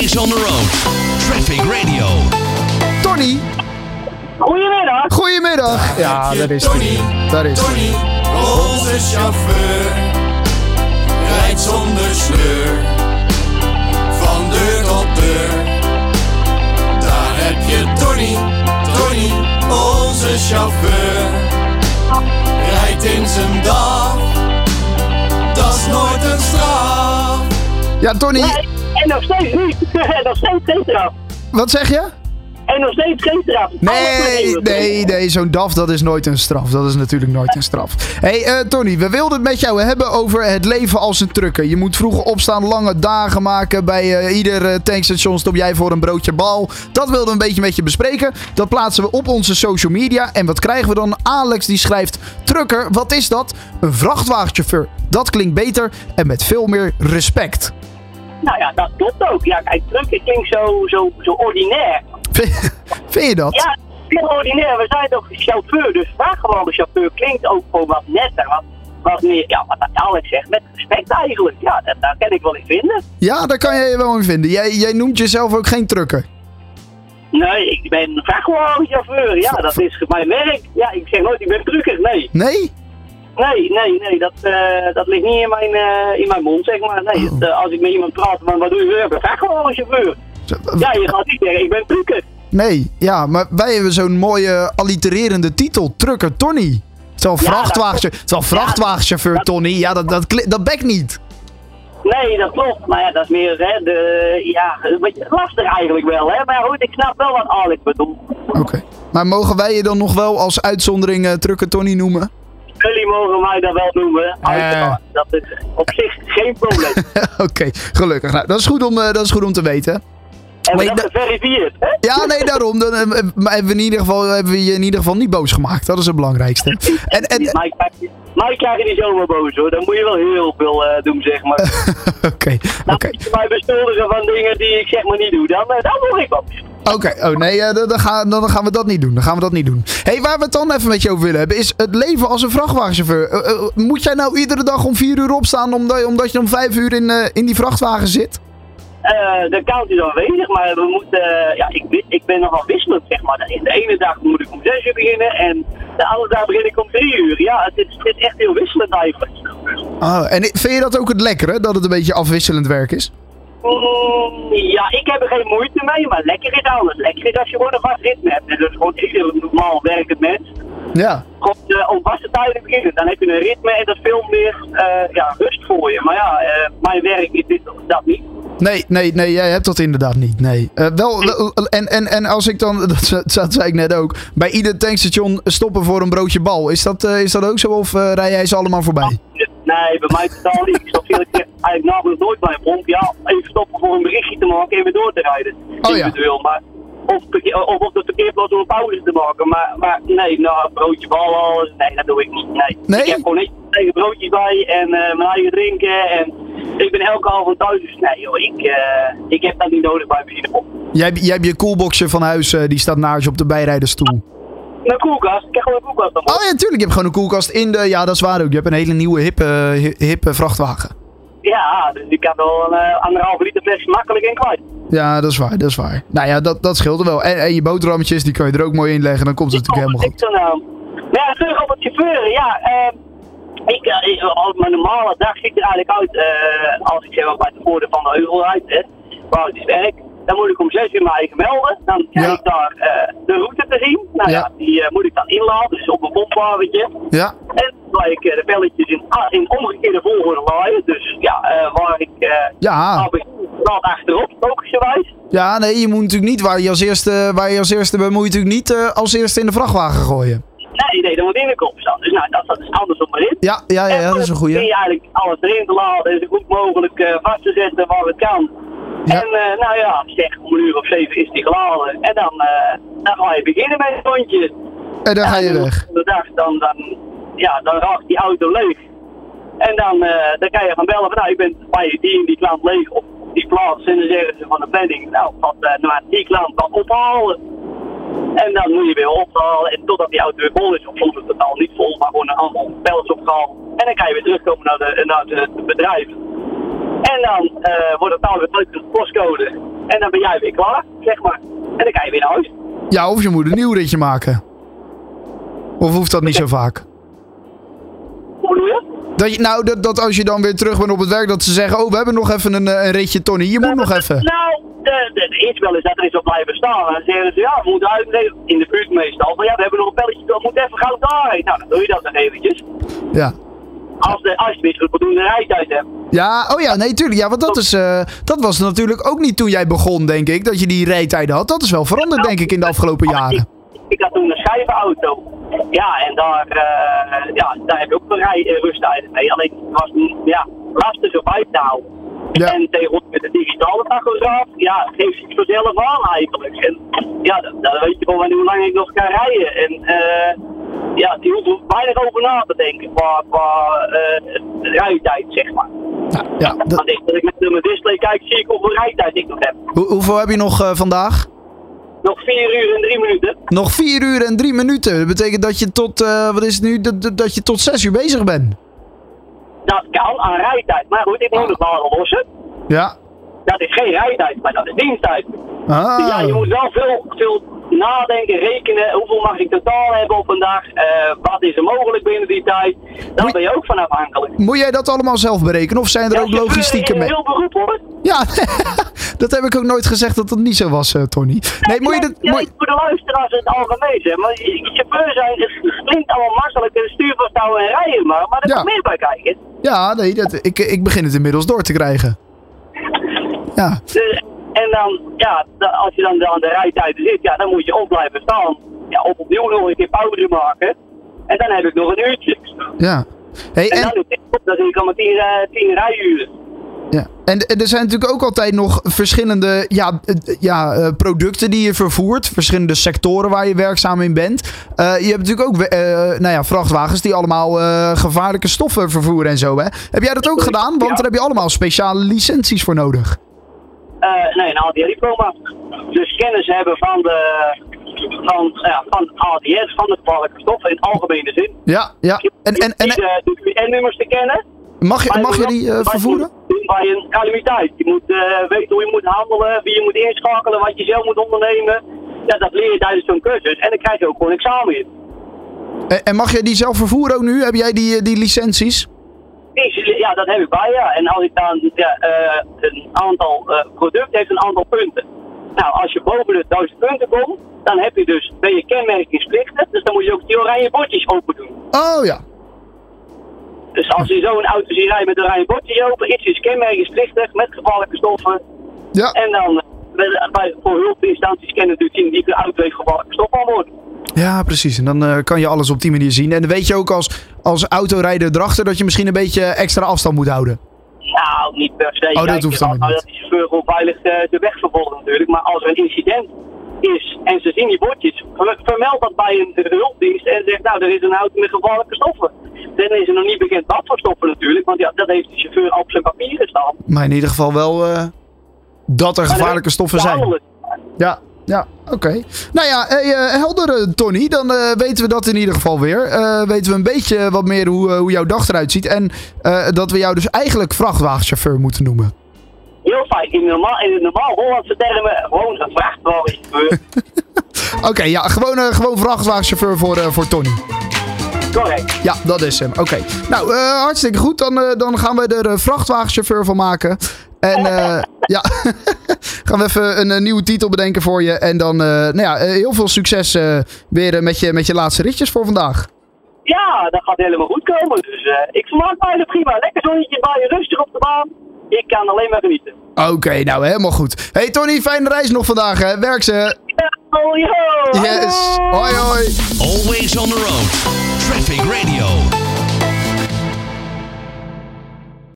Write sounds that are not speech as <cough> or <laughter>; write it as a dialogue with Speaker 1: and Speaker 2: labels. Speaker 1: is on the road. Traffic Radio.
Speaker 2: Tony,
Speaker 3: Goedemiddag.
Speaker 2: goedemiddag. Ja, daar is hij. Daar is hij.
Speaker 4: Tony, onze chauffeur, rijdt zonder sleur. Van deur tot deur, daar heb je Tony, Tony, onze chauffeur. Rijdt in zijn dag, dat is nooit een straf.
Speaker 2: Ja, Tony,
Speaker 3: En nog steeds niet. <laughs> nog steeds geen trap.
Speaker 2: wat zeg je?
Speaker 3: En nog steeds geen trap.
Speaker 2: Nee, nee, nee. Zo'n DAF, dat is nooit een straf. Dat is natuurlijk nooit een straf. hey, eh, Tony, we wilden het met jou hebben over het leven als een trucker. Je moet vroeg opstaan, lange dagen maken. Bij eh, ieder eh, tankstation stop jij voor een broodje bal. Dat wilden we een beetje met je bespreken. Dat plaatsen we op onze social media. En wat krijgen we dan? Alex die schrijft... Trucker, wat is dat? Een vrachtwagenchauffeur. Dat klinkt beter en met veel meer respect. <laughs>
Speaker 3: Nou ja, dat klopt ook. Ja, kijk, drukken klinkt zo, zo, zo ordinair.
Speaker 2: Vind, vind je dat?
Speaker 3: Ja, veel ordinair. We zijn toch chauffeur, dus vraag gewoon de chauffeur. Klinkt ook gewoon wat netter. Wat, wat meer, ja, wat Alex zegt, met respect eigenlijk. Ja, dat, daar kan ik wel in vinden.
Speaker 2: Ja, daar kan jij je wel in vinden. Jij, jij noemt jezelf ook geen trucker.
Speaker 3: Nee, ik ben vrachtwagenchauffeur. Ja, dat is mijn werk. Ja, ik zeg nooit, ik ben trucker. Nee,
Speaker 2: Nee?
Speaker 3: nee, nee, nee. Dat, eh, dat ligt niet in mijn, eh, in mijn mond, zeg maar. Nee,
Speaker 2: Oh.
Speaker 3: het, eh, als ik met iemand praat, van wat doe je? Ik ben vrachtwagenchauffeur. Ja, je gaat niet zeggen, ik ben trucker.
Speaker 2: Nee, ja, maar wij hebben zo'n mooie allitererende titel. Trucker Tony. Terwijl
Speaker 3: Ja,
Speaker 2: vrachtwagen, terwijl vrachtwagenchauffeur
Speaker 3: dat-
Speaker 2: Tony. Ja, dat, dat, kli- dat bekt niet.
Speaker 3: Nee, dat klopt. Maar ja, dat is meer hè, de, ja, een beetje lastig eigenlijk wel. Hè? Maar goed, ik snap wel wat Alex bedoelt.
Speaker 2: Oké. Maar mogen wij je dan nog wel als uitzondering eh, Trucker Tony noemen? <laughs>
Speaker 3: Jullie mogen mij dat wel noemen. uiteraard. Dat is op zich geen
Speaker 2: <laughs>
Speaker 3: probleem.
Speaker 2: Oké, gelukkig. Nou, dat is goed om, eh, dat is goed om te weten.
Speaker 3: En
Speaker 2: Maar
Speaker 3: we
Speaker 2: ik
Speaker 3: dat geverifieerd. Hè?
Speaker 2: Ja,
Speaker 3: <laughs>
Speaker 2: nee, daarom. Dan eh, hebben we, in ieder geval, hebben we je in ieder geval niet boos gemaakt. Dat is het belangrijkste. En, en,
Speaker 3: Mij krijg- Mij krijg je niet zomaar boos hoor. Dan moet je wel heel veel eh, doen,
Speaker 2: <laughs>
Speaker 3: zeg maar.
Speaker 2: Oké, <laughs> oké.
Speaker 3: Dan moet je mij beschuldigen van dingen die ik zeg maar niet doe. Dan, eh, dan word ik boos.
Speaker 2: Oké, oh nee, eh, dan, dan gaan, dan gaan we dat niet doen. Dan gaan we dat niet doen. Hé, hey, waar we het dan even met je over willen hebben is het leven als een vrachtwagenchauffeur. Eh, eh, moet jij nou iedere dag om vier uur opstaan omdat, omdat je om vijf uur in, eh, in die vrachtwagen zit?
Speaker 3: Eh, de kant is aanwezig, maar we moeten, eh, ja, ik, wi- ik ben nogal wisselend, zeg maar. In de ene dag moet ik om 6 uur beginnen en de andere dag begin ik om 3 uur. Ja, het is, het is echt heel wisselend eigenlijk.
Speaker 2: Oh, en i- vind je dat ook het lekkere, dat het een beetje afwisselend werk is?
Speaker 3: Mm, ja, ik heb er geen moeite mee, maar lekker is alles. Lekker is als je gewoon een vast ritme hebt. En dat is gewoon ieder normaal werkend mens.
Speaker 2: Ja.
Speaker 3: Gewoon eh, om vaste tijden beginnen, dan heb je een ritme en dat is veel meer eh, ja, rust voor je. Maar ja, eh, mijn werk is dit, dat niet.
Speaker 2: Nee, nee, nee, jij hebt dat inderdaad niet. Nee. Eh, wel, wel- en, en, en als ik dan, <laughs> dat, ze- dat zei ik net ook, bij ieder tankstation stoppen voor een broodje bal. Is dat, eh, is dat ook zo of eh, rij jij ze allemaal voorbij?
Speaker 3: Nee, bij mij totaal niet. Ik stop veel keer eigenlijk namelijk nooit bij een pomp. Ja, even stoppen voor een berichtje te maken en weer door te rijden.
Speaker 2: Oh, ja.
Speaker 3: Individueel, maar of, parkeer- of op de parkeerplaats om een pauze te maken. Maar, maar nee, nou, broodje bal, alles. Nee, dat doe ik niet. Nee.
Speaker 2: Nee?
Speaker 3: Ik heb gewoon niet mijn eigen broodjes bij en eh, mijn eigen drinken. En ik ben elke avond thuis. Dus nee, joh, ik, eh, ik heb dat niet nodig bij mijn pomp.
Speaker 2: Jij, hebt- jij hebt je koelboxje van huis, eh, die staat naast je op de bijrijdersstoel.
Speaker 3: Mijn koelkast, ik heb gewoon een koelkast. Dan.
Speaker 2: Oh ja, tuurlijk. Je hebt gewoon een koelkast in de... Ja, dat is waar ook. Je hebt een hele nieuwe, hippe, eh, hi- hippe vrachtwagen.
Speaker 3: Ja, dus ik kan wel een eh, anderhalve liter fles makkelijk in kwijt.
Speaker 2: Ja, dat is waar. Dat is waar. Nou ja, dat, dat scheelt er wel. En, en je boterhammetjes, die kan je er ook mooi in leggen. Dan komt het natuurlijk helemaal goed.
Speaker 3: Ik zo nou. Nou ja, terug op het chauffeuren. Ja, ehm, ik, eh, ik- als mijn normale dag ziet er eigenlijk uit eh, als ik zeg maar bij de voordeur van de heuvel rijd, hè, waar het is werk. Dan moet ik om 6 uur mij eigen melden. Dan krijg
Speaker 2: Ja.
Speaker 3: ik daar eh, de route te zien. Nou ja,
Speaker 2: Ja.
Speaker 3: die eh, moet ik dan inladen, dus op een bompwagentje.
Speaker 2: Ja,
Speaker 3: En dan laat ik eh, de belletjes in, a- in omgekeerde volgorde laaien. Dus ja, eh, waar ik eh
Speaker 2: ja.
Speaker 3: al begin, laat achterop, logischerwijs.
Speaker 2: ja nee, je moet natuurlijk niet... Waar je als eerste, waar je als eerste bent, moet je natuurlijk niet eh, als eerste in de vrachtwagen gooien.
Speaker 3: Nee, nee, dan moet in de kop staan. Dus nou, dat, dat is anders op erin.
Speaker 2: Ja, ja, ja, ja dat is een
Speaker 3: Kun
Speaker 2: goeie.
Speaker 3: je eigenlijk alles erin te laden en zo goed mogelijk eh, vast te zetten waar het kan.
Speaker 2: Ja.
Speaker 3: En eh, nou ja, zeg, om een uur of zeven is die geladen. En dan, eh, dan ga je beginnen met het rondje.
Speaker 2: En dan ga je weg.
Speaker 3: De dag, dan, dan, ja, dan raakt die auto leeg. En dan, eh, dan kan je gaan bellen van, nou, ik ben bij die en die klant leeg op die plaats. En dan zeggen ze van de planning, nou, wat eh, naar die klant kan ophalen. En dan moet je weer ophalen en totdat die auto weer vol is. Of soms is het totaal niet eh, vol, maar gewoon een aantal pellets opgehaald. En dan kan je weer terugkomen naar, de, naar de- het bedrijf. En dan eh, wordt het touw weer uit de postcode. En dan ben jij weer klaar, zeg maar. En dan kan je weer naar huis.
Speaker 2: Ja, of je moet een nieuw ritje maken. Of hoeft dat niet zo vaak?
Speaker 3: Hoe bedoel je?
Speaker 2: Dat je, nou, dat, dat als je dan weer terug bent op het werk, dat ze zeggen: Oh, we hebben nog even een, eh, een ritje, Tony. Je moet nog even.
Speaker 3: Nou, de, de, de is wel eens dat er is wat blijven staan. En dan zeggen ze, ja, we moeten uit in de buurt meestal. Maar ja, we hebben nog een pelletje, we moeten even gauw daarheen. Nou, dan doe je dat dan eventjes.
Speaker 2: Ja.
Speaker 3: Als, de, als je weer een voldoende rijtijd hebt.
Speaker 2: Ja, oh ja, nee, tuurlijk. Ja, want dat, is, eh, dat was natuurlijk ook niet toen jij begon, denk ik. Dat je die rijtijden had. Dat is wel veranderd, denk ik, in de afgelopen jaren.
Speaker 3: Nou, Ik, ik had toen een schijvenauto. Ja, en daar, eh, ja, daar heb je ook een rij eh, rusttijden mee. Alleen het was mm, ja, lastiger bij te houden.
Speaker 2: Ja.
Speaker 3: En tegenwoordig met de digitale tachograaf, ja, geeft zich vanzelf aan eigenlijk. En ja, dan, dan weet je gewoon hoe lang ik nog kan rijden. En eh, ja, die hoeft er weinig over na te denken qua, qua eh, rijtijd, zeg maar.
Speaker 2: Nou, ja, dat-
Speaker 3: Want ik, als ik met mijn display kijk, zie ik hoeveel rijtijd ik nog heb.
Speaker 2: hoe- hoeveel heb je nog eh, vandaag?
Speaker 3: Nog 4 uur en 3 minuten.
Speaker 2: Nog 4 uur en 3 minuten. Dat betekent dat je tot, eh, wat is het nu? Dat, dat- dat je tot 6 uur bezig bent.
Speaker 3: Dat kan aan rijtijd. Maar goed, ik
Speaker 2: Ah.
Speaker 3: moet het maar lossen.
Speaker 2: Ja.
Speaker 3: Dat is geen rijtijd, maar dat is diensttijd. Ja, je
Speaker 2: Ah.
Speaker 3: moet wel veel, veel nadenken, rekenen. Hoeveel mag ik totaal hebben op een dag? Eh, wat is er mogelijk binnen die tijd? Daar
Speaker 2: Moet-
Speaker 3: ben je ook van afhankelijk.
Speaker 2: Moet jij dat allemaal zelf berekenen of zijn er ook
Speaker 3: Ja, eh,
Speaker 2: logistieken
Speaker 3: chauffeur
Speaker 2: mee?
Speaker 3: is een heel beroep hoor.
Speaker 2: Ja, <laughs> dat heb ik ook nooit gezegd dat dat niet zo was, eh, Tony. Nee, moet je dat.
Speaker 3: Ja,
Speaker 2: moet je-
Speaker 3: voor de luisteraars in het algemeen zeg. Maar je- chauffeur zijn, het klinkt allemaal makkelijk. en Stuur vasthouden en rijden maar. Maar er
Speaker 2: Ja.
Speaker 3: komt meer bij kijken.
Speaker 2: Ja, nee, dat, ik, ik begin het inmiddels door te krijgen. Ja,
Speaker 3: Dus- en dan, ja, da- als je dan aan de rijtijd zit, ja, dan moet je op blijven staan. Ja, of opnieuw nog een keer pauze maken. En dan heb ik nog een uurtje.
Speaker 2: ja. Hey,
Speaker 3: En,
Speaker 2: en,
Speaker 3: dan, is het- dan zit ik al met tien, eh, tien rijuren.
Speaker 2: ja. en, en er zijn natuurlijk ook altijd nog verschillende ja, eh, ja, eh, producten die je vervoert. Verschillende sectoren waar je werkzaam in bent. Eh, je hebt natuurlijk ook we- eh, nou ja, vrachtwagens die allemaal eh, gevaarlijke stoffen vervoeren en zo. Hè? Heb jij dat ook gedaan? Want
Speaker 3: Ja.
Speaker 2: daar heb je allemaal speciale licenties voor nodig.
Speaker 3: Eh, nee, een ADR-diploma. Dus kennis hebben van de van, ja, van ADS, van de gevaarlijke stoffen in algemene zin.
Speaker 2: Ja, ja. En, en, en,
Speaker 3: Die, eh, de UN-nummers te kennen.
Speaker 2: mag, je,
Speaker 3: Maar
Speaker 2: mag je die eh,
Speaker 3: moet-
Speaker 2: vervoeren?
Speaker 3: moet- Bij een calamiteit. Je moet eh, weten hoe je moet handelen, wie je moet inschakelen, wat je zelf moet ondernemen. Ja, dat leer je tijdens zo'n cursus. En dan krijg je ook gewoon examen in.
Speaker 2: Eh, En, en mag jij die zelf vervoeren ook nu? Heb jij die, eh, die licenties?
Speaker 3: Die- Ja, dat heb ik bij, ja. En als ik dan ja, eh, een aantal eh product heeft een aantal punten. Nou, als je boven de 1000 punten komt, dan heb je dus, ben je kenmerkingsplichtig. Dus dan moet je ook die oranje bordjes open doen.
Speaker 2: Oh ja.
Speaker 3: Dus als je zo'n auto ziet rijden met oranje bordjes open, is dus kenmerkingsplichtig met gevaarlijke stoffen.
Speaker 2: Ja,
Speaker 3: En dan eh, bij- bij, voor hulpinstanties kennen natuurlijk die de auto heeft gevaarlijke stoffen aan boord.
Speaker 2: ja precies. En dan eh, kan je alles op die manier zien. En dan weet je ook als, als autorijder erachter dat je misschien een beetje extra afstand moet houden.
Speaker 3: Nou, niet per se.
Speaker 2: Oh, dat
Speaker 3: Kijk,
Speaker 2: hoeft dan
Speaker 3: als-
Speaker 2: weer niet.
Speaker 3: Dat die chauffeur gewoon veilig eh, de weg vervolgt natuurlijk. Maar als er een incident is en ze zien die bordjes, ver- vermeld dat bij een hulpdienst en zegt nou, er is een auto met gevaarlijke stoffen. Dan is er nog niet bekend wat voor stoffen natuurlijk, want ja, dat heeft de chauffeur op zijn papieren staan.
Speaker 2: Maar in ieder geval wel eh, dat er
Speaker 3: Oh,
Speaker 2: gevaarlijke stoffen zijn.
Speaker 3: Behandelen.
Speaker 2: Ja, ja oké. Nou ja, hey, eh, helder eh, Tony. Dan eh, weten we dat in ieder geval weer. Eh, weten we een beetje wat meer hoe, eh, hoe jouw dag eruit ziet. En eh, dat we jou dus eigenlijk vrachtwagenchauffeur moeten noemen.
Speaker 3: Heel fijn, in normaal, in normaal Hollandse termen gewoon een
Speaker 2: <laughs>
Speaker 3: vrachtwagenchauffeur.
Speaker 2: Oké, ja, gewoon, eh, gewoon vrachtwagenchauffeur voor, eh, voor Tony.
Speaker 3: Correct.
Speaker 2: Ja, dat is hem. Oké. Nou, eh, hartstikke goed. Dan, eh, dan gaan we er eh, vrachtwagenchauffeur van maken. En eh, ja, <laughs> gaan we even een, eh, nieuwe titel bedenken voor je. En dan, eh, nou ja, eh, heel veel succes eh, weer eh, met, je, met je laatste ritjes voor vandaag.
Speaker 3: Ja, dat gaat helemaal goed komen. Dus eh, ik vermaak mij er prima. Lekker zonnetje bij je, rustig op de baan. Ik kan alleen maar genieten.
Speaker 2: Oké, nou helemaal goed. Hey Tony, fijne reis nog vandaag. Hè. Werk ze.
Speaker 3: Oh, yo!
Speaker 2: Yes. Hoi hoi.
Speaker 1: Always on the road. Traffic Radio.